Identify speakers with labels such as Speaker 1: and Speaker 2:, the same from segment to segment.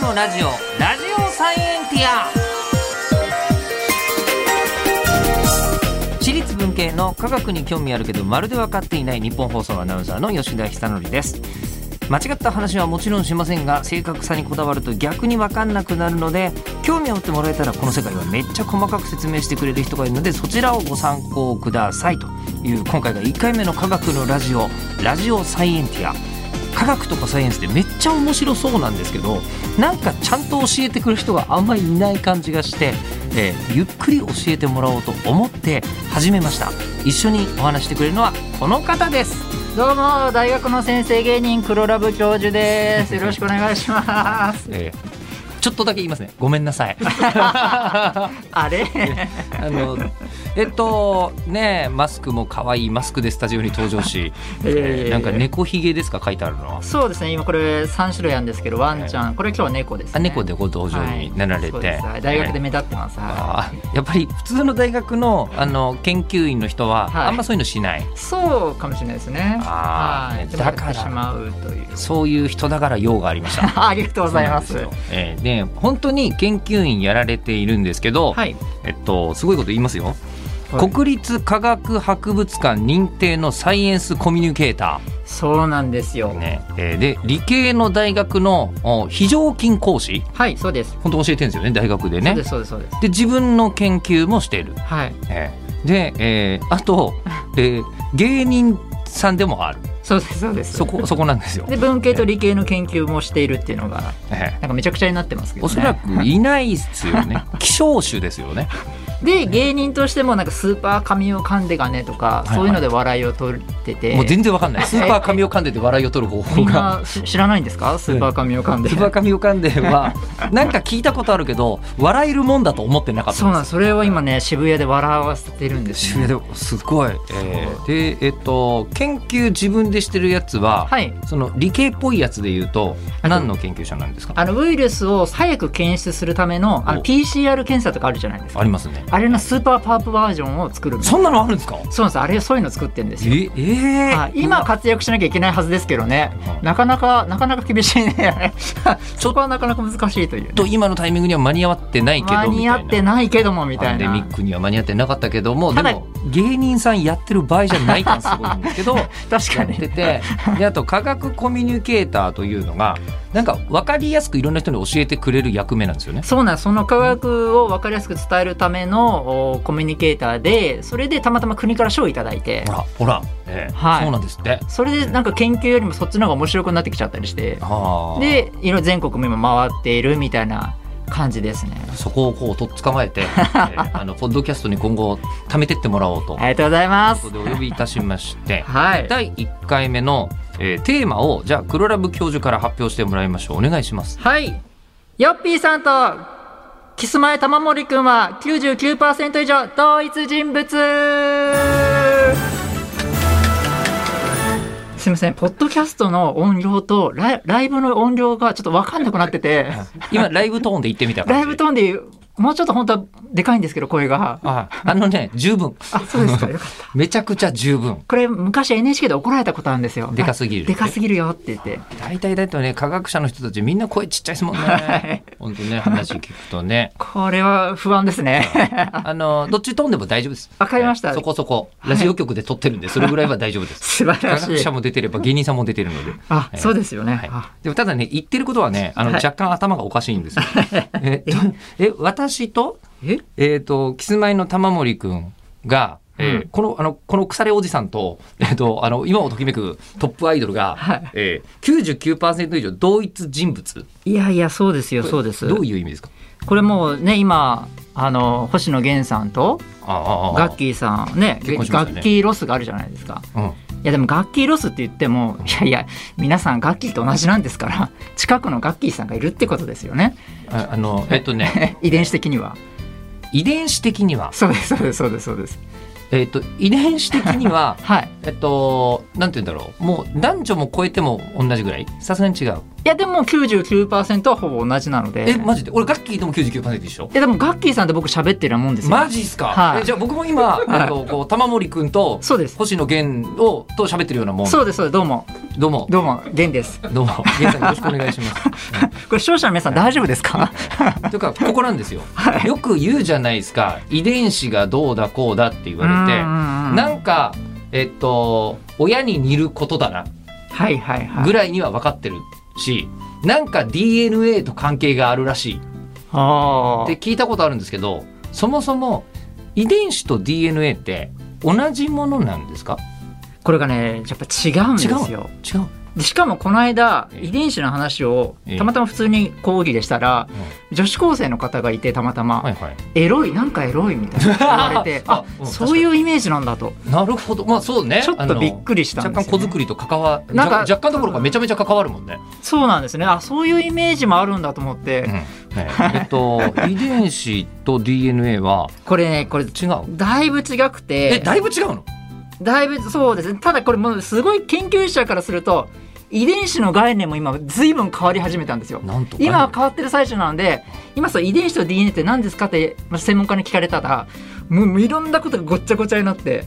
Speaker 1: のラジオラジオサイエンティア私立文系の科学に興味あるけどまるで分かっていない日本放送アナウンサーの吉田久典です間違った話はもちろんしませんが正確さにこだわると逆に分かんなくなるので興味を持ってもらえたらこの世界はめっちゃ細かく説明してくれる人がいるのでそちらをご参考くださいという今回が1回目の科学のラジオラジオサイエンティア科学とかサイエンスってめっちゃ面白そうなんですけどなんかちゃんと教えてくる人があんまりいない感じがして、えーゆっくり教えてもらおうと思って始めました一緒にお話してくれるのはこの方です
Speaker 2: どうも大学の先生芸人黒ラブ教 授ですよろしくお願いします
Speaker 1: えーちょっとだけ言いますね。ごめんな さい。
Speaker 2: あれ
Speaker 1: あの、えっと、ねえ、マスクも可愛いマスクでスタジオに登場し。
Speaker 2: いやいやいやい
Speaker 1: えー
Speaker 2: や
Speaker 1: なんか猫ひげですか、書いてあるのは。
Speaker 2: そうですね今これ三種類あるんですけどワンちゃんこれ今日は猫です
Speaker 1: あ、
Speaker 2: ね
Speaker 1: 猫でご登場になられて。
Speaker 2: はいそうですはい大学で
Speaker 1: えー
Speaker 2: 目立ってます、は
Speaker 1: あーやっぱり普通の大学のあの研究員の人は、
Speaker 2: はい
Speaker 1: あんまそういうのしない
Speaker 2: いそうかもしれないですね
Speaker 1: あー
Speaker 2: はい
Speaker 1: ね
Speaker 2: でもやっ
Speaker 1: だから
Speaker 2: てしまうという
Speaker 1: そういう人だから用がありました。
Speaker 2: ありがとうございます
Speaker 1: そうなんですよえーで本当に研究員やられているんですけど、
Speaker 2: はい
Speaker 1: えっと、すごいこと言いますよ、国立科学博物館認定のサイエンスコミュニケータ
Speaker 2: そうなんですよ
Speaker 1: ー、ねえーで理系の大学のお非常勤講師
Speaker 2: はいそうです
Speaker 1: 本当教えてるんですよね大学で
Speaker 2: そう
Speaker 1: ね
Speaker 2: で
Speaker 1: です
Speaker 2: そうですそうです
Speaker 1: 自分の研究もしている、
Speaker 2: はい
Speaker 1: えーで、えーあと、えー芸人さんでもある
Speaker 2: そうですそうです
Speaker 1: そ こそこなんですよ、
Speaker 2: で文系と理系の研究もしているっていうのが
Speaker 1: え
Speaker 2: なんかめちゃくちゃになってますけ
Speaker 1: ー
Speaker 2: ど、ね、
Speaker 1: おそらくいないっすよ ね希少種ですよね
Speaker 2: で芸人としてもなんかスーパー神を噛んでがねとか、
Speaker 1: いはい
Speaker 2: そういうので笑いを取ってて
Speaker 1: もう全然わかん ないスーパー髪を噛んでて笑いを取る方
Speaker 2: み
Speaker 1: 法
Speaker 2: ん
Speaker 1: が
Speaker 2: なし知らないんですかスーパー神を噛んで、
Speaker 1: つばかみおかんで はなんか聞いたことあるけど笑えるもんだと思ってなかった
Speaker 2: そうなんですそれを今ね渋谷で笑わせてるんです、ね、
Speaker 1: 渋谷ですごい、えーでえっと研究自分でしてるやつは、
Speaker 2: はい
Speaker 1: その理系っぽいやつで言うと
Speaker 2: あ
Speaker 1: 何の研究者なんですかあ
Speaker 2: あのウイルスを早く検出するためのあの
Speaker 1: お
Speaker 2: PCR 検査とかあるじゃないですか
Speaker 1: りますね
Speaker 2: あれのスーパーパープバージョンを作るんです
Speaker 1: そんなのあるんですか
Speaker 2: そうなんですあれそういうの作ってるんですよ
Speaker 1: ええー
Speaker 2: はい今活躍しなきゃいけないはずですけどね
Speaker 1: うん
Speaker 2: なかなかなかなか厳しいね そこはなかなか難しいというね、
Speaker 1: ちょっと今のタイミングには間に合ってないけど
Speaker 2: 間に合って
Speaker 1: み
Speaker 2: ないけどもみ
Speaker 1: たいなパ
Speaker 2: たい
Speaker 1: ンデ
Speaker 2: な
Speaker 1: ミックには間に合ってなかったけどもで
Speaker 2: ただ
Speaker 1: も芸人さんやってる場合じゃない 感すごいんですけどや
Speaker 2: 確か
Speaker 1: っ
Speaker 2: に
Speaker 1: ててであと科学コミュニケーターというのがなんか分かりやすくいろんな人に教えてくれる役目なんですよね。
Speaker 2: そうなんですその科学を分かりやすく伝えるためのおコミュニケーターでそれでたまたま国から賞をいただいて
Speaker 1: ほらほら、ええ
Speaker 2: はい
Speaker 1: そうなんですって。
Speaker 2: それでなんか研究よりもそっちの方が面白くなってきちゃったりして
Speaker 1: あー
Speaker 2: でいろいろ全国も今回っているみたいな感じですね
Speaker 1: そこをこうとっ捕まえて、 ええあのポッドキャストに今後貯めてってもらおうと
Speaker 2: ありがとうございま
Speaker 1: とい
Speaker 2: す
Speaker 1: うことでお呼びいたしまして、
Speaker 2: はい
Speaker 1: 第1回目の、えーテーマをじゃあ黒ラブ教授から発表してもらいましょうお願いします。
Speaker 2: はいヨッピーさんとキスマイ玉森くんは99%以上同一人物すみませんポッドキャストの音量とライライブの音量がちょっと分かんなくなってて
Speaker 1: 今ライブトーンで言ってみた感
Speaker 2: ラ
Speaker 1: じ。
Speaker 2: イブトーンで言うもうちょっと本当はでかいんですけど声が
Speaker 1: ああのね十分
Speaker 2: あそうですかよかった
Speaker 1: めちゃくちゃ十分。
Speaker 2: これ昔 NHK で怒られたことあるんですよ
Speaker 1: でかすぎる
Speaker 2: あでかすぎるよって言って
Speaker 1: 大体だとね科学者の人たちみんな声ちっちゃいですもんね
Speaker 2: い。
Speaker 1: 本当ね話聞くと ね。
Speaker 2: これは不安ですね
Speaker 1: あのどっち飛んでも大丈夫です。
Speaker 2: わかりました
Speaker 1: はいそこそこラジオ局で撮ってるんでそれぐらいは大丈夫です。
Speaker 2: 素晴
Speaker 1: 科
Speaker 2: らし
Speaker 1: 学
Speaker 2: い
Speaker 1: 者も出てれば芸人さんも出てるので。
Speaker 2: あ
Speaker 1: はい
Speaker 2: そうですよね、
Speaker 1: はい
Speaker 2: あ
Speaker 1: でもただね言ってることはねあの
Speaker 2: はい
Speaker 1: 若干頭がおかしいんですよ。えっとえ私と
Speaker 2: え
Speaker 1: えっとキスマイの玉森くんが。えー
Speaker 2: うん
Speaker 1: このあのこの腐れおじさんと,、えー、とあの今をときめくトップアイドルが、
Speaker 2: はい
Speaker 1: えー、99%以上同一人物
Speaker 2: いやいやそうですよそうです
Speaker 1: どういう意味ですか
Speaker 2: これもうね今あの星野源さんと
Speaker 1: ああああ
Speaker 2: ガッキーさんね
Speaker 1: 結婚しましたね
Speaker 2: 楽器ロスがあるじゃないですか
Speaker 1: うん
Speaker 2: いやでも楽器ロスって言ってもいやいや皆さん楽器と同じなんですから近くのガッキーさんがいるってことですよね
Speaker 1: ああ のえっとね
Speaker 2: 遺伝子的には
Speaker 1: 遺伝子的には
Speaker 2: そうですそうですそうですそうです
Speaker 1: えっと遺伝子的には
Speaker 2: はい
Speaker 1: えっとなんて言うんだろうもう男女も超えても同じぐらいさすがに違う
Speaker 2: いやでも99%はほぼ同じなので
Speaker 1: えマジで俺楽器でも99%一緒
Speaker 2: いやでもガッキーさんと僕喋ってるようなもんですよ
Speaker 1: マジっすか、
Speaker 2: はい
Speaker 1: えじゃあ僕も今、
Speaker 2: い
Speaker 1: えっとこう玉森くんと
Speaker 2: そうです
Speaker 1: 星野源をと喋ってるようなもん
Speaker 2: そうですそうですどうも
Speaker 1: どうも
Speaker 2: どうもゲンです
Speaker 1: どうも源さんよろしくお願いします、うん
Speaker 2: これ視聴者の皆さん大丈夫ですか
Speaker 1: というかここなんですよ、よく言うじゃないですか遺伝子がどうだこうだって言われてな
Speaker 2: なん
Speaker 1: かえっと親に似ることだな
Speaker 2: はいはいはい
Speaker 1: ぐらいには分かってるしなんか DNA と関係があるらしい
Speaker 2: あ
Speaker 1: っ
Speaker 2: あ
Speaker 1: て聞いたことあるんですけどそもそも遺伝子と DNA って同じものなんですか
Speaker 2: これがねやっぱ違うんです
Speaker 1: 違
Speaker 2: よ
Speaker 1: 違う
Speaker 2: でしかもこの間
Speaker 1: ええ
Speaker 2: 遺伝子の話を
Speaker 1: ええ
Speaker 2: たまたま普通に講義でしたら女子高生の方がいてたまたま、
Speaker 1: はいはい
Speaker 2: エロいなんかエロいみたい な言われてあ
Speaker 1: あうん
Speaker 2: そういうイメージなんだと
Speaker 1: なるほどまあそうね
Speaker 2: ちょっとびっくりした
Speaker 1: あの
Speaker 2: んで
Speaker 1: 若
Speaker 2: す
Speaker 1: 干
Speaker 2: よ、
Speaker 1: 子
Speaker 2: ね、
Speaker 1: 作りと関わ
Speaker 2: なんか
Speaker 1: 若若干どころかめちゃめちゃ関わるもんね
Speaker 2: そうなんですねあそういうイメージもあるんだと思って、
Speaker 1: ねえっと遺伝子と DNA は
Speaker 2: これねこれ
Speaker 1: 違う
Speaker 2: だいぶ違くて
Speaker 1: えだいぶ違うの
Speaker 2: だいぶそうですねただこれもうすごい研究者からすると遺伝子の概念も今随分変わり始めたんですよ
Speaker 1: なんと
Speaker 2: 今は変わってる最中なので今そう遺伝子と DNA って何ですかってまあ専門家に聞かれたらもういろんなことがごっちゃごちゃになって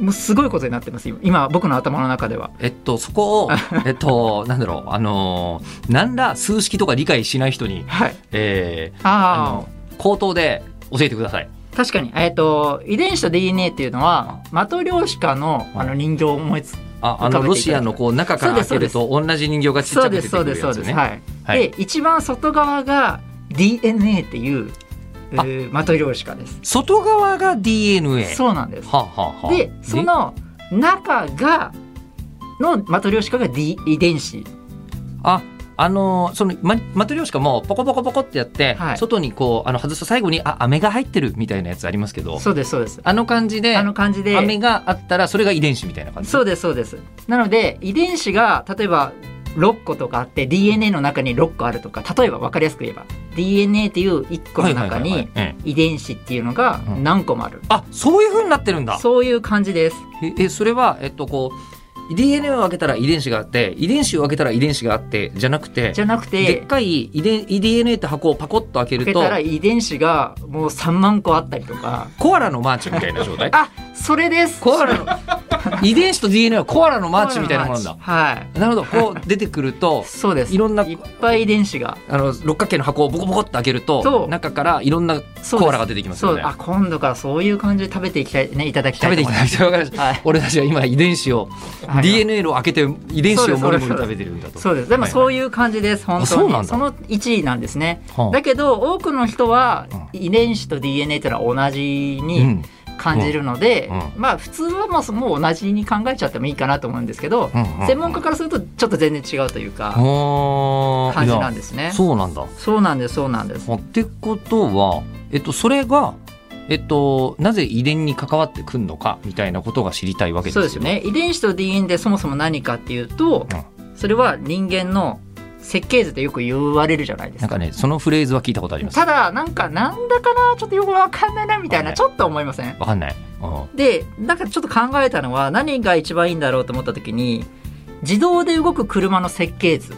Speaker 2: もうすごいことになってます今今僕の頭の中では
Speaker 1: えっとそ こをえっとなんだろうあのー何ら数式とか理解しない人に
Speaker 2: はい
Speaker 1: えーあ
Speaker 2: あ
Speaker 1: の口頭で教えてください
Speaker 2: あ確かにえっ、と遺伝子と DNA っていうのはマトリョーシカの
Speaker 1: は
Speaker 2: あ
Speaker 1: い
Speaker 2: の人形を思いつ
Speaker 1: ああの
Speaker 2: 浮かべていただいて
Speaker 1: ロシアのこう中から開けると同じ人形がちっち
Speaker 2: そ
Speaker 1: ゃ
Speaker 2: う
Speaker 1: く出
Speaker 2: で
Speaker 1: て
Speaker 2: す
Speaker 1: く
Speaker 2: そう
Speaker 1: る
Speaker 2: ですそ
Speaker 1: や
Speaker 2: う
Speaker 1: つ
Speaker 2: です
Speaker 1: ね
Speaker 2: はい、
Speaker 1: はい
Speaker 2: で一番外側が DNA っていうう
Speaker 1: あ
Speaker 2: ーマトリョーシカです
Speaker 1: 外側が DNA
Speaker 2: そうなんです
Speaker 1: はあはあはあ
Speaker 2: でその中がのマトリョーシカが、D、遺伝子
Speaker 1: ああのーそのママトリョーシカもポコポコポコってやって、
Speaker 2: はい
Speaker 1: 外にこうあの外すと最後にあ飴が入ってるみたいなやつありますけど
Speaker 2: そうですそうです
Speaker 1: あの感じで
Speaker 2: あの感じで
Speaker 1: 飴があったらそれが遺伝子みたいな感じ
Speaker 2: そうですそうですなので遺伝子が例えば6個とかあって DNA の中に6個あるとか例えば分かりやすく言えば DNA っていう1個の中
Speaker 1: はい
Speaker 2: に
Speaker 1: はいはいはいええ
Speaker 2: 遺伝子っていうのが
Speaker 1: うん
Speaker 2: 何個もある、
Speaker 1: あそういうふうになってるんだ
Speaker 2: そういう感じです
Speaker 1: ええそれはえっとこう DNA を開けたら遺伝子があって遺伝子を開けたら遺伝子があってじゃなくて
Speaker 2: じゃなく
Speaker 1: でってかい遺伝 DNA って箱をパコッと開け
Speaker 2: 開
Speaker 1: る
Speaker 2: け
Speaker 1: と
Speaker 2: たら遺伝子がもう3万個あったりとか
Speaker 1: コアラのマーチみたいな 状態
Speaker 2: あそれです
Speaker 1: コアラの遺伝子と DNA はコアラのマーチみたいなものなんだ
Speaker 2: はい
Speaker 1: なるほどこう出てくると
Speaker 2: そうです
Speaker 1: いろんない
Speaker 2: っぱい遺伝子が
Speaker 1: あの六角形の箱をボコボコって開ける
Speaker 2: そ
Speaker 1: と
Speaker 2: う
Speaker 1: 中からいろんな
Speaker 2: そうです
Speaker 1: コアラが出てきます
Speaker 2: そ
Speaker 1: よ
Speaker 2: う
Speaker 1: ね
Speaker 2: あ今度からそういう感じで食べていきたいねいただきた
Speaker 1: 食
Speaker 2: い
Speaker 1: べ
Speaker 2: と
Speaker 1: てい
Speaker 2: 思
Speaker 1: き
Speaker 2: い
Speaker 1: た
Speaker 2: ま
Speaker 1: いと分かりま
Speaker 2: す
Speaker 1: した
Speaker 2: はい
Speaker 1: 俺たちは今遺伝子を
Speaker 2: はい
Speaker 1: DNA を開けて遺伝子をもりもり
Speaker 2: そう
Speaker 1: 食
Speaker 2: で
Speaker 1: べてるんだと
Speaker 2: そうですでも
Speaker 1: はい
Speaker 2: そういう感じです本
Speaker 1: あ
Speaker 2: 当
Speaker 1: そう
Speaker 2: に
Speaker 1: なんだ
Speaker 2: の1位なんですね
Speaker 1: はあ
Speaker 2: だけど多くの人は遺伝子と DNA というのは同じ
Speaker 1: う
Speaker 2: に
Speaker 1: ん
Speaker 2: 感じるので、
Speaker 1: うんうん
Speaker 2: まあ普通はもうもう同じに考えちゃってもいいかなと思うんですけど、
Speaker 1: うんうんうん
Speaker 2: 専門家からするとちょっと全然違うというか
Speaker 1: はあ
Speaker 2: 感じなん
Speaker 1: い
Speaker 2: です
Speaker 1: や
Speaker 2: ね。そう
Speaker 1: そうなんだ
Speaker 2: なんですそうなんです。
Speaker 1: あってことは、えっと、それが、えっと、なぜ遺伝に関わってくんのかみたいなことが知りたいわけです
Speaker 2: そう
Speaker 1: よ
Speaker 2: ですよ。ね遺伝子と DNA でそもそも何かっていうと、それは人間の設計図ってよく言われるじゃないです
Speaker 1: なん
Speaker 2: か。
Speaker 1: かね、そのフレーズは聞いたことあります。
Speaker 2: ただなんかなんだかなちょっとよくわかんないなみたい
Speaker 1: は
Speaker 2: ないちょっと思いません
Speaker 1: わかんない。うん
Speaker 2: でなんかちょっと考えたのは何が一番いいんだろうと思った時に自動で動く車の設計図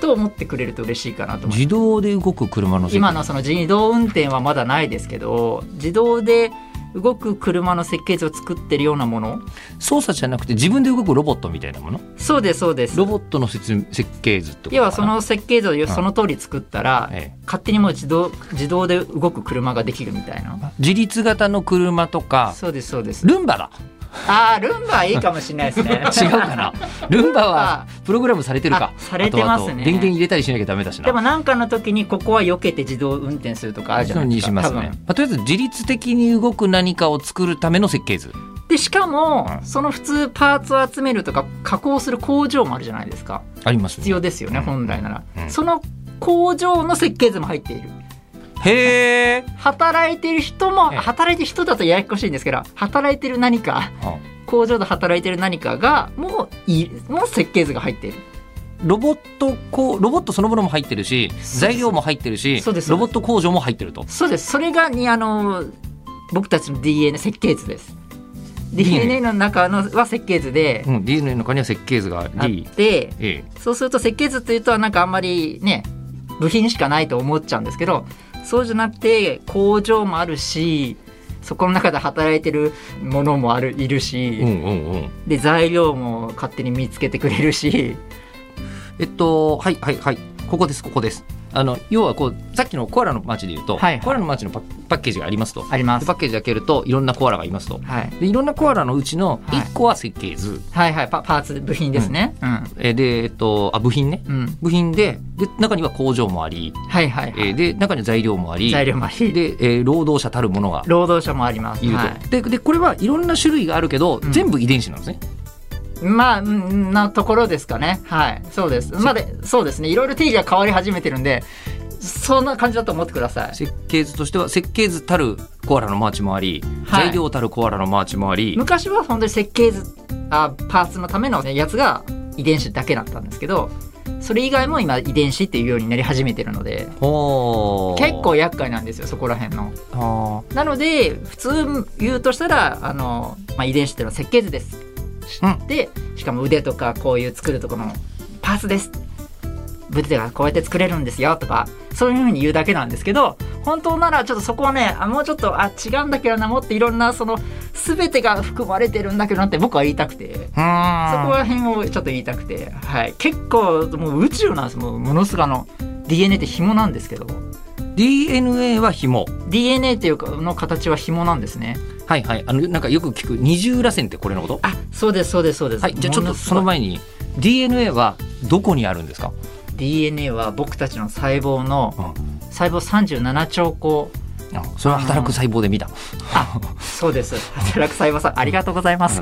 Speaker 2: と思ってくれると嬉しいかなと思います
Speaker 1: 自動で動く車の設計
Speaker 2: 今のその自動運転はまだないですけど自動で動く車の設計図を作ってるようなもの
Speaker 1: 操作じゃなくて自分で動くロボットみたいなもの
Speaker 2: そうですそうです
Speaker 1: ロボットの設設計図ってことかな
Speaker 2: 要はその設計図をその通り作ったら、
Speaker 1: え
Speaker 2: 勝手にもう自動自動で動く車ができるみたいな
Speaker 1: え自立型の車とか
Speaker 2: そうですそうです
Speaker 1: ルンバだ
Speaker 2: あールンバいいかもしれないで すね
Speaker 1: 違うか なルンバはプログラムされてるか
Speaker 2: あされてますね
Speaker 1: あとあと電源入れたりしなきゃダメだしな
Speaker 2: でもなんかの時にここは避けて自動運転するとかあるじゃ
Speaker 1: そう
Speaker 2: ないで
Speaker 1: に
Speaker 2: す
Speaker 1: し
Speaker 2: か。
Speaker 1: ますね、まあ、とりあえず自律的に動く何かを作るための設計図
Speaker 2: 多分でしかも、
Speaker 1: うん
Speaker 2: その普通パーツを集めるとか加工する工場もあるじゃないですか
Speaker 1: ありますね
Speaker 2: 必要ですよね、
Speaker 1: うん
Speaker 2: 本来なら、
Speaker 1: うん
Speaker 2: その工場の設計図も入っている
Speaker 1: へえ
Speaker 2: 働いてる人も
Speaker 1: ええ
Speaker 2: 働いてる人だとややこしいんですけど働いてる何か工場で働いてる何かがもういもう設計図が入っている
Speaker 1: ロボットこうロボットそのものも入ってるし
Speaker 2: す
Speaker 1: 材料も入ってるし
Speaker 2: そうです
Speaker 1: ロボット工場も入ってると
Speaker 2: そうですそれがにあの僕たちの DNA 設計図ですで DNA の中のは設計図で
Speaker 1: うん、DNA の中には設計図が
Speaker 2: あっ
Speaker 1: D、
Speaker 2: て
Speaker 1: A、
Speaker 2: そうすると設計図というとなんかあんまりね部品しかないと思っちゃうんですけどそうじゃなくて工場もあるしそこの中で働いてるものもあるいるし、
Speaker 1: うんうんうん。
Speaker 2: で材料も勝手に見つけてくれるし
Speaker 1: えっと、はいはいはい、ここです、ここです。あの要はこうさっきのコアラの街でいうと、
Speaker 2: はいはい
Speaker 1: コアラの街のパッパッケージがありますと、
Speaker 2: ありま、
Speaker 1: ですパ
Speaker 2: は
Speaker 1: ッケージ開けるといろんなコアラがいますと。
Speaker 2: い、
Speaker 1: でいろんなコアラのうちの
Speaker 2: はい
Speaker 1: 1個は設計図、
Speaker 2: はいはいパパーツ部品ですね
Speaker 1: えで、えっと、あ部品ね
Speaker 2: うん、うん
Speaker 1: 部品でで中には工場もあり、
Speaker 2: はいはい
Speaker 1: え
Speaker 2: はい、
Speaker 1: ーで中には材料もあり
Speaker 2: 材料もあり
Speaker 1: で、えー労働者たるものが
Speaker 2: 労働者もあります
Speaker 1: いると、
Speaker 2: はい
Speaker 1: ででこれはいろんな種類があるけど、
Speaker 2: うん
Speaker 1: 全部遺伝子なんですね。
Speaker 2: まあ、うんなところですかね。はい。そうです。まあで、そうですね。いろいろ定義が変わり始めてるんで、そんな感じだと思ってください。
Speaker 1: 設計図としては設計図たるコアラのマーチもあり、
Speaker 2: はい
Speaker 1: 材料たるコアラのマーチもあり、
Speaker 2: 昔は本当に設計図、あパーツのためのねやつが遺伝子だけだったんですけど、それ以外も今遺伝子っていうようになり始めてるので、
Speaker 1: ほー
Speaker 2: 結構厄介なんですよ、そこら辺の。
Speaker 1: あ
Speaker 2: なので、普通言うとしたら、あの、まあ、遺伝子っていうのは設計図です。
Speaker 1: うん
Speaker 2: で、しかも腕とかこういう作るところのパーツです。腕がこうやって作れるんですよとか、そういうふうに言うだけなんですけど、本当ならちょっとそこはね、あもうちょっと、あ、違うんだけどな、もっといろんなその、すべてが含まれてるんだけどなって僕は言いたくて、そこ
Speaker 1: あ
Speaker 2: ら辺をちょっと言いたくて、はい。結構、もう宇宙なんです。もうものすごいあの、DNA って紐なんですけど、
Speaker 1: DNA は紐
Speaker 2: DNA っていうかの形は紐なんですね。
Speaker 1: はいはいあのなんかよく聞く二重らせんってこれのこと
Speaker 2: あ、そうです、そうです、そうです。
Speaker 1: はいじゃあちょっ
Speaker 2: も
Speaker 1: と
Speaker 2: す
Speaker 1: そ
Speaker 2: ごい
Speaker 1: の前に DNA はどこにあるんですか
Speaker 2: DNA は僕たちの細胞の
Speaker 1: う
Speaker 2: 細胞37兆個
Speaker 1: あそれは働く細胞で見た
Speaker 2: そうです働く細胞さんありがとうございます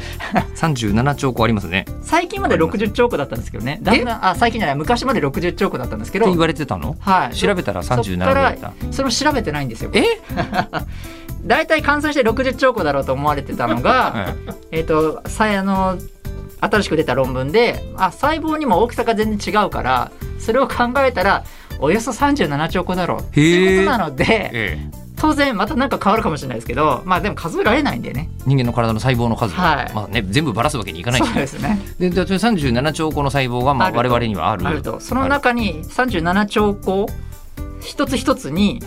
Speaker 1: 37兆個ありますねっ
Speaker 2: 最近まで60兆個だったんですけどねだんだんあ最近じゃない昔まで60兆個だったんですけ
Speaker 1: て
Speaker 2: ど
Speaker 1: 言われてたの
Speaker 2: はい
Speaker 1: 調べたら37ぐらいだっ
Speaker 2: それも調べてないんですよ
Speaker 1: え
Speaker 2: 大体換算して60兆個だろうと思われてたの
Speaker 1: た、
Speaker 2: が
Speaker 1: はい
Speaker 2: えっとさあの新しく出た論文であ細胞にも大きさが全然違うからそれを考えたらおよそ37兆個だろうっていうことなので
Speaker 1: ええ
Speaker 2: 当然また何か変わるかもしれないですけどまあでも数えられないんでね
Speaker 1: 人間の体の細胞の数は、
Speaker 2: はい
Speaker 1: まあね、全部ばらすわけにいかないし
Speaker 2: そうですね
Speaker 1: でで37兆個の細胞が、まあ、
Speaker 2: あると
Speaker 1: 我々にはある
Speaker 2: あるとその中に37兆個一つ一つに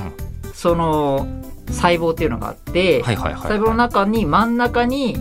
Speaker 2: その細胞っていうのがあって、
Speaker 1: はいはいはい
Speaker 2: 細胞の中に真ん中に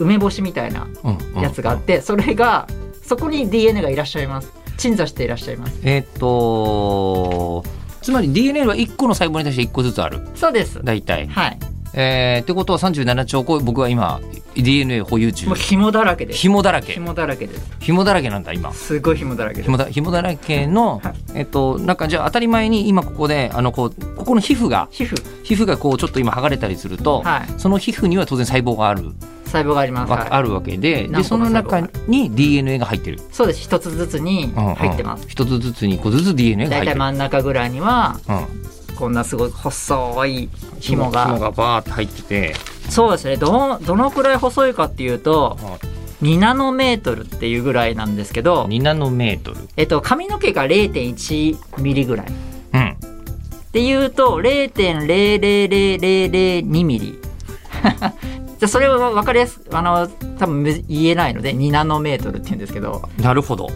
Speaker 2: 梅干しみたいな
Speaker 1: うんうん
Speaker 2: やつがあって、それがそこに DNA がいらっしゃいます鎮座していらっしゃいます
Speaker 1: えーっとつまり DNA は1個の細胞に対して1個ずつある
Speaker 2: そうです
Speaker 1: 大体。
Speaker 2: はい
Speaker 1: えー、ってことは37兆個僕は今 DNA 保有中
Speaker 2: もう紐だらけです
Speaker 1: 紐だらけ
Speaker 2: 紐だらけです
Speaker 1: 紐だらけなんだ今
Speaker 2: すごい紐だらけです
Speaker 1: 紐だ紐だらけの
Speaker 2: はい
Speaker 1: えっとなんかじゃあ当たり前に今ここであのこうここの皮膚が
Speaker 2: 皮膚
Speaker 1: 皮膚がこうちょっと今剥がれたりすると、
Speaker 2: はい
Speaker 1: その皮膚には当然細胞がある
Speaker 2: 細胞があります、
Speaker 1: わ
Speaker 2: はい
Speaker 1: あるわけでで
Speaker 2: 何
Speaker 1: そ
Speaker 2: 個
Speaker 1: の
Speaker 2: も細胞があ
Speaker 1: 中
Speaker 2: る
Speaker 1: に DNA が入ってる
Speaker 2: そうです一つずつに
Speaker 1: うんうん
Speaker 2: 入ってます、
Speaker 1: 一つずつに一個ずつ DNA が
Speaker 2: だい
Speaker 1: 入ったて
Speaker 2: い
Speaker 1: る
Speaker 2: 真ん中ぐらいには
Speaker 1: うん
Speaker 2: こんなすごい細い紐が
Speaker 1: 紐がバーって入ってて
Speaker 2: そうですねどどのくらい細いかっていうと2ナノメートルっていうぐらいなんですけど、
Speaker 1: 2ナノメートル
Speaker 2: えっと、髪の毛が0.1ミリぐらいっ
Speaker 1: うん
Speaker 2: ていうと0.00002ミリ じゃあそれは分かりやすくあの多分む言えないので2ナノメートルって言うんですけど
Speaker 1: なるほど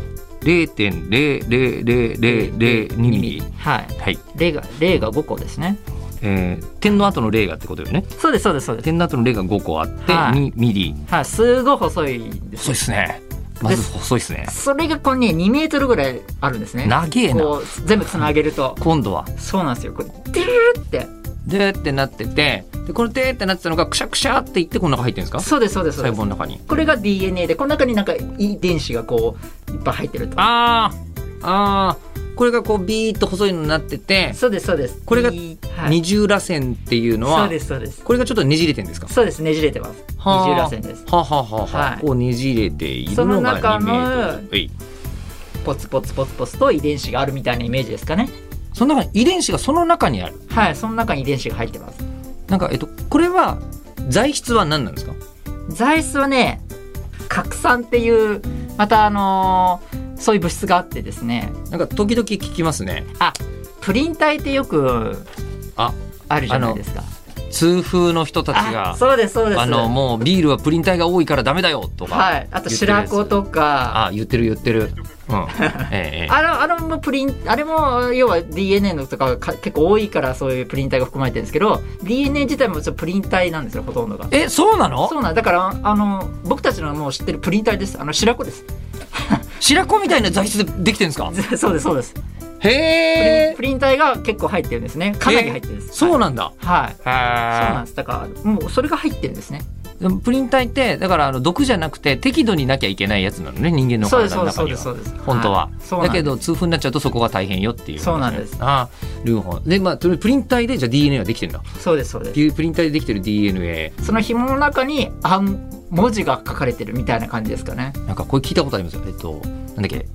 Speaker 1: 0.00002ミリ
Speaker 2: はい
Speaker 1: はい、
Speaker 2: 0が0が5個ですね
Speaker 1: えー、点の後の例がってことよね
Speaker 2: そうですそうですそうです、
Speaker 1: 点の後の例が5個あって
Speaker 2: はい
Speaker 1: 2ミリ
Speaker 2: はい、すごい細いんです
Speaker 1: 細いっすねまず細いっすね
Speaker 2: それがこれね2メートルぐらいあるんですね
Speaker 1: 長えな
Speaker 2: こう全部つなげると
Speaker 1: 今度は
Speaker 2: そうなんですよこれデュルルって
Speaker 1: でーってなっててでこのでーってなってたのがくしゃくしゃっていってこの中入ってるんですか
Speaker 2: そうですそうですそう
Speaker 1: 細
Speaker 2: で
Speaker 1: 胞
Speaker 2: す
Speaker 1: の中に
Speaker 2: これが DNA でこの中になんか遺伝子がこういっぱい入ってると
Speaker 1: あーあーこれがこうビーっと細いのになってて
Speaker 2: そうですそうです
Speaker 1: これが
Speaker 2: いはい、
Speaker 1: 二重らせんっていうの
Speaker 2: そ
Speaker 1: は
Speaker 2: うですそうです
Speaker 1: これがちょっとねじれてんですか
Speaker 2: そうですねじれてます
Speaker 1: はあ
Speaker 2: 二重らせんです
Speaker 1: はあはあはあはあ
Speaker 2: はい
Speaker 1: こうねじれているのが2
Speaker 2: その中
Speaker 1: メ
Speaker 2: の
Speaker 1: ートルはい
Speaker 2: ポツポツポツポツと遺伝子があるみたいなイメージですかね
Speaker 1: その中に遺伝子がその中にある
Speaker 2: はいその中に遺伝子が入ってます
Speaker 1: なんかえっとこれは材質は何なんですか
Speaker 2: 材質はね核酸っていうまたあのーそういう物質があってですね
Speaker 1: なんか時々聞きますね
Speaker 2: プリン体ってよく
Speaker 1: あ
Speaker 2: あるじゃないですか
Speaker 1: 痛風の人たち
Speaker 2: あ
Speaker 1: が
Speaker 2: そうですそうです
Speaker 1: あのもうビールはプリン体が多いからダメだよとか、
Speaker 2: はいあと白子とか
Speaker 1: あ言ってる言ってる、うん ええええ
Speaker 2: あれあれもプリンあれも要は DNA のとかがか結構多いからそういうプリン体が含まれてるんですけど DNA 自体もちょっとプリン体なんですよほとんどが
Speaker 1: えそうなの
Speaker 2: そうなんだからあの僕たちのもう知ってるプリン体ですあの白子です
Speaker 1: 白子みたいな材質でできてるんですか
Speaker 2: そうですそうです
Speaker 1: へ
Speaker 2: プリ
Speaker 1: え
Speaker 2: ンプリン体が結構入ってるんですねかなり入ってるんです、
Speaker 1: そう
Speaker 2: はい
Speaker 1: なんだ
Speaker 2: はい
Speaker 1: へ
Speaker 2: そうなん
Speaker 1: ー
Speaker 2: ですだからもうそれが入ってるんですね
Speaker 1: でもプリン体ってだからあの毒じゃなくて適度になきゃいけないやつなのね人間の
Speaker 2: そうで
Speaker 1: 体
Speaker 2: す
Speaker 1: の
Speaker 2: そうで
Speaker 1: 中
Speaker 2: す
Speaker 1: には
Speaker 2: そうですそうです
Speaker 1: 本当はい
Speaker 2: そうなん
Speaker 1: だ
Speaker 2: で
Speaker 1: け
Speaker 2: す
Speaker 1: ど痛風になっちゃうとそこが大変よっていう
Speaker 2: そうなんです
Speaker 1: あ両方でまあとりあえずプリン体でじゃあ DNA ができてるんだ
Speaker 2: そうですそうです
Speaker 1: ピュプリン体でできてる DNA
Speaker 2: その紐の中にあ文字が書かれてるみたいな感じですかね。
Speaker 1: なんかこれ聞いたことありますよえっとなんだっけ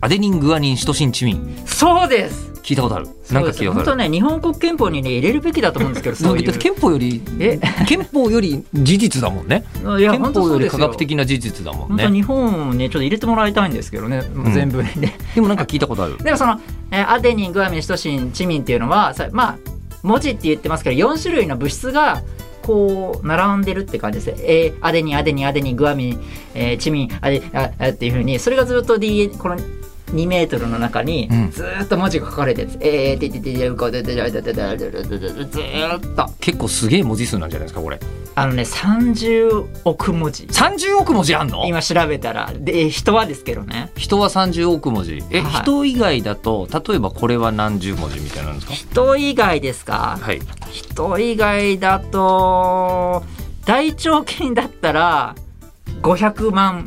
Speaker 1: アデニングアニンシトシンチミン
Speaker 2: そうです。
Speaker 1: 聞いたことあるなんか聞いたこ
Speaker 2: 本
Speaker 1: とあ
Speaker 2: 当
Speaker 1: る
Speaker 2: ね日本国憲法にね入れるべきだと思うんですけど
Speaker 1: だ
Speaker 2: そ
Speaker 1: っ
Speaker 2: ういう
Speaker 1: て。憲法より
Speaker 2: え
Speaker 1: 憲法より事実だもんね
Speaker 2: いや
Speaker 1: 憲
Speaker 2: 本当
Speaker 1: 法
Speaker 2: そ
Speaker 1: よ
Speaker 2: う
Speaker 1: り
Speaker 2: です
Speaker 1: 科
Speaker 2: よ
Speaker 1: 学的な事実だもん
Speaker 2: 本当
Speaker 1: ね
Speaker 2: 日本をねちょっと入れてもらいたいんですけどね、
Speaker 1: ん
Speaker 2: 全部で。
Speaker 1: でもなんか聞いたことある
Speaker 2: でもその、えーアデニングアミンシトシンチミンっていうのはさまあ文字って言ってますけど4種類の物質がこう並んでるって感じですね。えーアデニンアデニンアデニングアミン、えーチミンアデああっていうふうにそれがずっと d この2メートルの中に
Speaker 1: うん
Speaker 2: ずーっと文字が書かれてるんです。えーててててうかででででででででででずーっと
Speaker 1: 結構すげえ文字数なんじゃないですかこれ
Speaker 2: あのね30億文字
Speaker 1: 30億文字あんの
Speaker 2: 今調べたらで人はですけどね
Speaker 1: 人は30億文字え、
Speaker 2: はい
Speaker 1: 人以外だと例えばこれは何十文字みたいなんですか
Speaker 2: 人以外ですか
Speaker 1: はい
Speaker 2: 人以外だと大腸菌だったら500万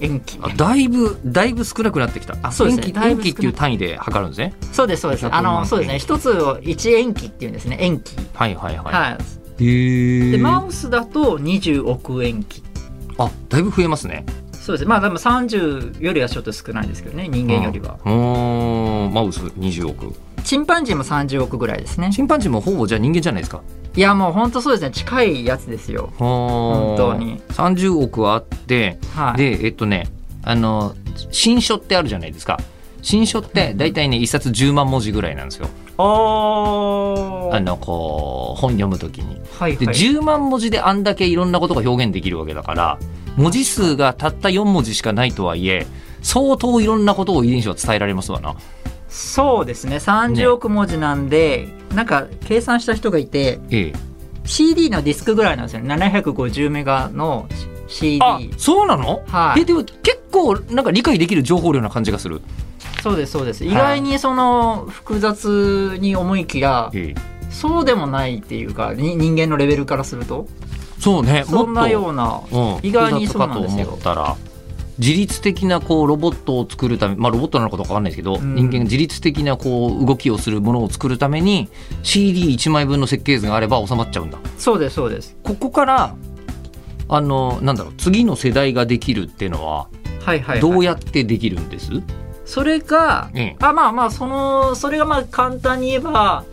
Speaker 2: 円菌
Speaker 1: あだいぶだいぶ少なくなってきたあ
Speaker 2: そうですね
Speaker 1: 延期
Speaker 2: だい
Speaker 1: 延
Speaker 2: ぶ
Speaker 1: 期
Speaker 2: 少
Speaker 1: っ
Speaker 2: な
Speaker 1: ていう単位で測るんですね
Speaker 2: そうですそうです
Speaker 1: 500万
Speaker 2: あのそうですね
Speaker 1: 円
Speaker 2: 一つを1円菌っていうんですね円菌
Speaker 1: はいはいはい、
Speaker 2: はい、
Speaker 1: へえ
Speaker 2: でマウスだと20億円菌
Speaker 1: あだいぶ増えますね
Speaker 2: そうですまあでも30よりはちょっと少ないですけどね人間よりは、
Speaker 1: うーんマウス20億
Speaker 2: チンパンジーも30億ぐらいですね
Speaker 1: チンパンジーもほぼじゃあ人間じゃないですか
Speaker 2: いやもう本当そうですね近いやつですよ
Speaker 1: 本
Speaker 2: 当に
Speaker 1: 30億はあって
Speaker 2: はい
Speaker 1: でえっとねあの新書ってあるじゃないですか新書って大体ね一冊10万文字ぐらいなんですよ
Speaker 2: おー
Speaker 1: あのこう本読むときに
Speaker 2: はい
Speaker 1: で、
Speaker 2: はい
Speaker 1: 10万文字であんだけいろんなことが表現できるわけだから文字数がたった4文字しかないとはいえ相当いろんなことを遺伝子は伝えられますわな
Speaker 2: そうですね30億文字なんで、なんか計算した人がいて
Speaker 1: ええ
Speaker 2: CD のディスクぐらいなんですよね750メガの CD
Speaker 1: あそうなの、
Speaker 2: はい
Speaker 1: えでも結構なんか理解できる情報量な感じがする、
Speaker 2: そうですそうです
Speaker 1: い
Speaker 2: 意外にその複雑に思いきや
Speaker 1: ええ、
Speaker 2: そうでもないっていうかに人間のレベルからすると
Speaker 1: そうね
Speaker 2: そん
Speaker 1: もっ
Speaker 2: な
Speaker 1: と
Speaker 2: ような
Speaker 1: うん、
Speaker 2: 意外にそうなんですよ
Speaker 1: 複雑かと思ったら自律的なこうロボットを作るためまあロボットなのかどうかわかんないですけど、
Speaker 2: ん
Speaker 1: 人間が自律的なこう動きをするものを作るために CD1 枚分の設計図があれば収まっちゃうんだ
Speaker 2: そうですそうです
Speaker 1: ここからあのなんだろう次の世代ができるっていうのは
Speaker 2: はいはい、はい、
Speaker 1: どうやってできるんです、
Speaker 2: それが、
Speaker 1: ええ
Speaker 2: あまあまあそのそれがまあ簡単に言えば、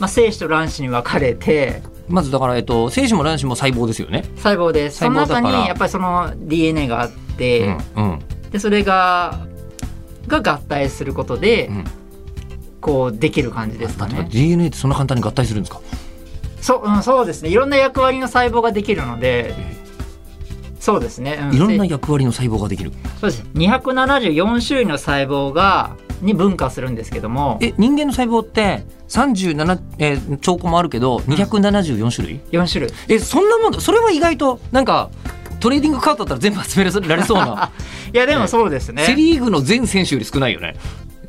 Speaker 2: まあ、精子と卵子に分かれて
Speaker 1: まずだから、えっと、精子も卵子も細胞ですよね。
Speaker 2: 細胞ですそ
Speaker 1: 細
Speaker 2: の
Speaker 1: 胞だから
Speaker 2: 中にやっぱりその DNA があって、
Speaker 1: うんうん
Speaker 2: でそれがが合体することで、
Speaker 1: うん
Speaker 2: こうできる感じですか
Speaker 1: なんか
Speaker 2: ね。
Speaker 1: DNA ってそんな簡単に合体するんですか
Speaker 2: そう、うん、そうですね。いろんな役割の細胞ができるので、そうですね。うん、
Speaker 1: いろんな
Speaker 2: せ
Speaker 1: 役割の細胞ができる。
Speaker 2: そうです。二百七十四種類の細胞がに分化するんですけども、
Speaker 1: え人間の細胞って37、えー、兆個もあるけど274種類、
Speaker 2: 四種類。
Speaker 1: えそんなもんだそれは意外となんかトレーディングカードだったら全部集められそうな、
Speaker 2: いやでもそうです ね。
Speaker 1: セ・リーグの全選手より少ないよね。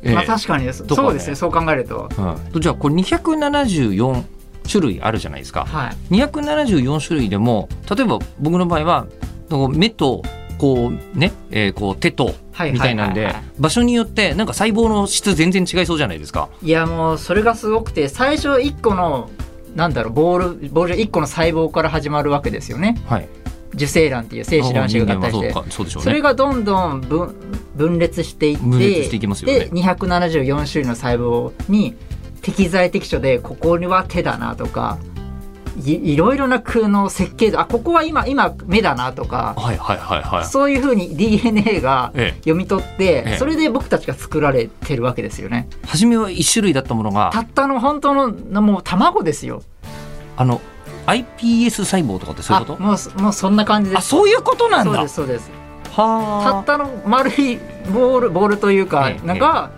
Speaker 1: えー
Speaker 2: まあ確かにです、
Speaker 1: とかね
Speaker 2: そうですね。そう考えると、
Speaker 1: うん、じゃあこれ274種類あるじゃないですか
Speaker 2: はい。
Speaker 1: 274種類でも例えば僕の場合はこう目とこうね、えーこう手と
Speaker 2: はいはいはいはい
Speaker 1: みたいなんで、場所によってなんか細胞の質全然違いそうじゃないですか
Speaker 2: いやもうそれがすごくて最初一個のなんだろうボールボール一個の細胞から始まるわけですよね。
Speaker 1: はい
Speaker 2: 受精卵っていう精子卵子が合体し
Speaker 1: 人間は
Speaker 2: て。
Speaker 1: そうかそうでしょう
Speaker 2: それ
Speaker 1: ね
Speaker 2: がどんどん分分裂していって
Speaker 1: 分裂していきますよね
Speaker 2: で274種類の細胞に適材適所でここには手だなとかいいろいろな空の設計図あここは今今目だなとか
Speaker 1: はいはいはいはい
Speaker 2: そういうふうに DNA が
Speaker 1: え
Speaker 2: 読み取っ
Speaker 1: ええ
Speaker 2: てそれで僕たちが作られてるわけですよね。
Speaker 1: 初めは1種類だったものが
Speaker 2: たったの本当のもう卵ですよ。
Speaker 1: あの iPS 細胞とかってそういうこと
Speaker 2: あもうそもうそんな感じで
Speaker 1: あ
Speaker 2: す
Speaker 1: そういうことなん
Speaker 2: そう
Speaker 1: だ
Speaker 2: ですそうですたっ
Speaker 1: は
Speaker 2: たの丸いボールボールというか、
Speaker 1: ええ
Speaker 2: なんか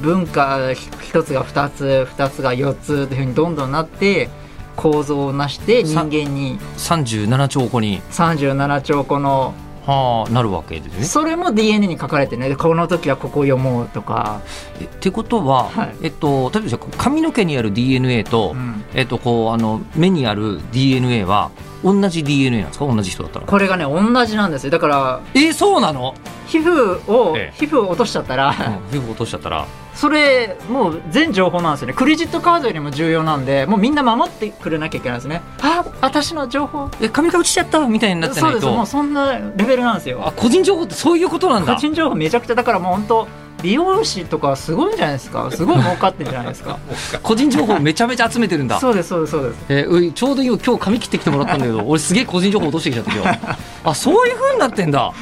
Speaker 2: 文化ひ一つが二つ二つが四つというふうにどんどんなって構造をなして人
Speaker 1: さ
Speaker 2: 間に
Speaker 1: あ37兆個に
Speaker 2: 37兆個の
Speaker 1: はあなるわけですね
Speaker 2: それも DNA に書かれてねこの時はここを読もうとか、
Speaker 1: えってことは、
Speaker 2: はい
Speaker 1: えっと、例えばじゃあ髪の毛にある DNA と、
Speaker 2: うん
Speaker 1: えっと、こうあの目にある DNA は同じ DNA なんですか同じ人だったら。
Speaker 2: これがね同じなんですよだから
Speaker 1: えー、そうなの、
Speaker 2: 皮膚を、
Speaker 1: ええ
Speaker 2: 皮膚を落としちゃったら、
Speaker 1: うん、全部落としちゃったら
Speaker 2: それもう全情報なんですよねクレジットカードよりも重要なんでもうみんな守ってくれなきゃいけないですねあ私の情報
Speaker 1: え髪が落ちちゃったみたいになって
Speaker 2: そう
Speaker 1: ない
Speaker 2: ですもう
Speaker 1: と
Speaker 2: そんなレベルなんです
Speaker 1: あ
Speaker 2: よ
Speaker 1: 個人情報ってそういうことなん
Speaker 2: 個
Speaker 1: だ。
Speaker 2: 人情報めちゃくちゃだからもう本当美容師とかすごいんじゃないですかすごい儲かってんじゃないですか
Speaker 1: 個人情報めちゃめちゃ集めてるんだ。
Speaker 2: そうですそうですそうです
Speaker 1: えーういちょうど今今日髪切ってきてもらったんだけ ど俺すげえ個人情報落としてきちゃった今日あそういう風になってんだ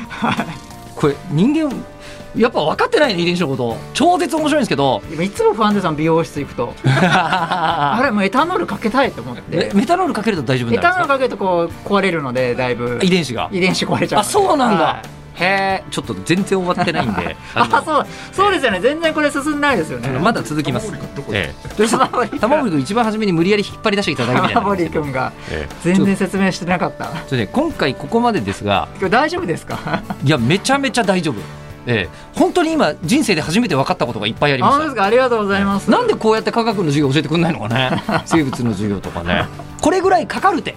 Speaker 1: これ人間やっぱ分かってないね遺伝子のこと超絶面白いんですけ ど
Speaker 2: でもいつも不安定さん美容室行くとあれもうエタノールかけたいと思っ
Speaker 1: メ
Speaker 2: て
Speaker 1: メタノールかけると大丈夫に
Speaker 2: エ
Speaker 1: なるん
Speaker 2: タノー
Speaker 1: で
Speaker 2: ルかけるとこう壊れるのでだいぶ
Speaker 1: すか遺伝子が
Speaker 2: 遺伝子壊れちゃう
Speaker 1: あそうなんだ、
Speaker 2: はい
Speaker 1: へえちょっと全然終わってないん であの
Speaker 2: あそうそうですよね全然これ進んでないですよね
Speaker 1: まだ続きますええどうした
Speaker 2: 玉森君
Speaker 1: 玉森君一番初めに無理やり引っ張り出してきただけみたい な
Speaker 2: 玉森君が
Speaker 1: ええ
Speaker 2: 全然説明してなかった
Speaker 1: ちょっとね今回ここまでですが
Speaker 2: 今日大丈夫ですか
Speaker 1: いやめちゃめちゃ大丈夫ええ本当に今人生で初めて分かったことがいっぱいありま
Speaker 2: あ
Speaker 1: した
Speaker 2: 本当ですかありがとうございます
Speaker 1: なんでこうやって科学の授業教えてくんないのかね生物の授業とかねこれぐらいかかるって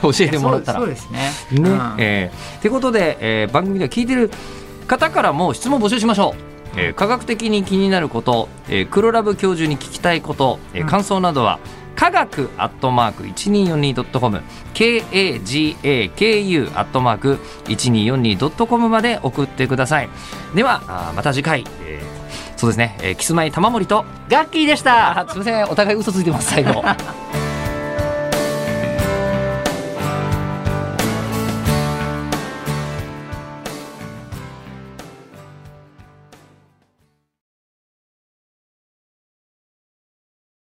Speaker 1: 教えてもらったら
Speaker 2: そう
Speaker 1: ね、
Speaker 2: ですそうですねうん
Speaker 1: えーってことで、えー番組では聞いてる方からも質問募集しましょう、えー科学的に気になること、えー黒ラブ教授に聞きたいこと、えー
Speaker 2: うん
Speaker 1: 感想などは、科学アットマーク 1242.com KAGAKU アットマーク 1242.com まで送ってくださいではあーまた次回、えーそうですね、えーキスマイ玉森と
Speaker 2: ガッキーでした
Speaker 1: あすみませんお互い嘘ついてます最後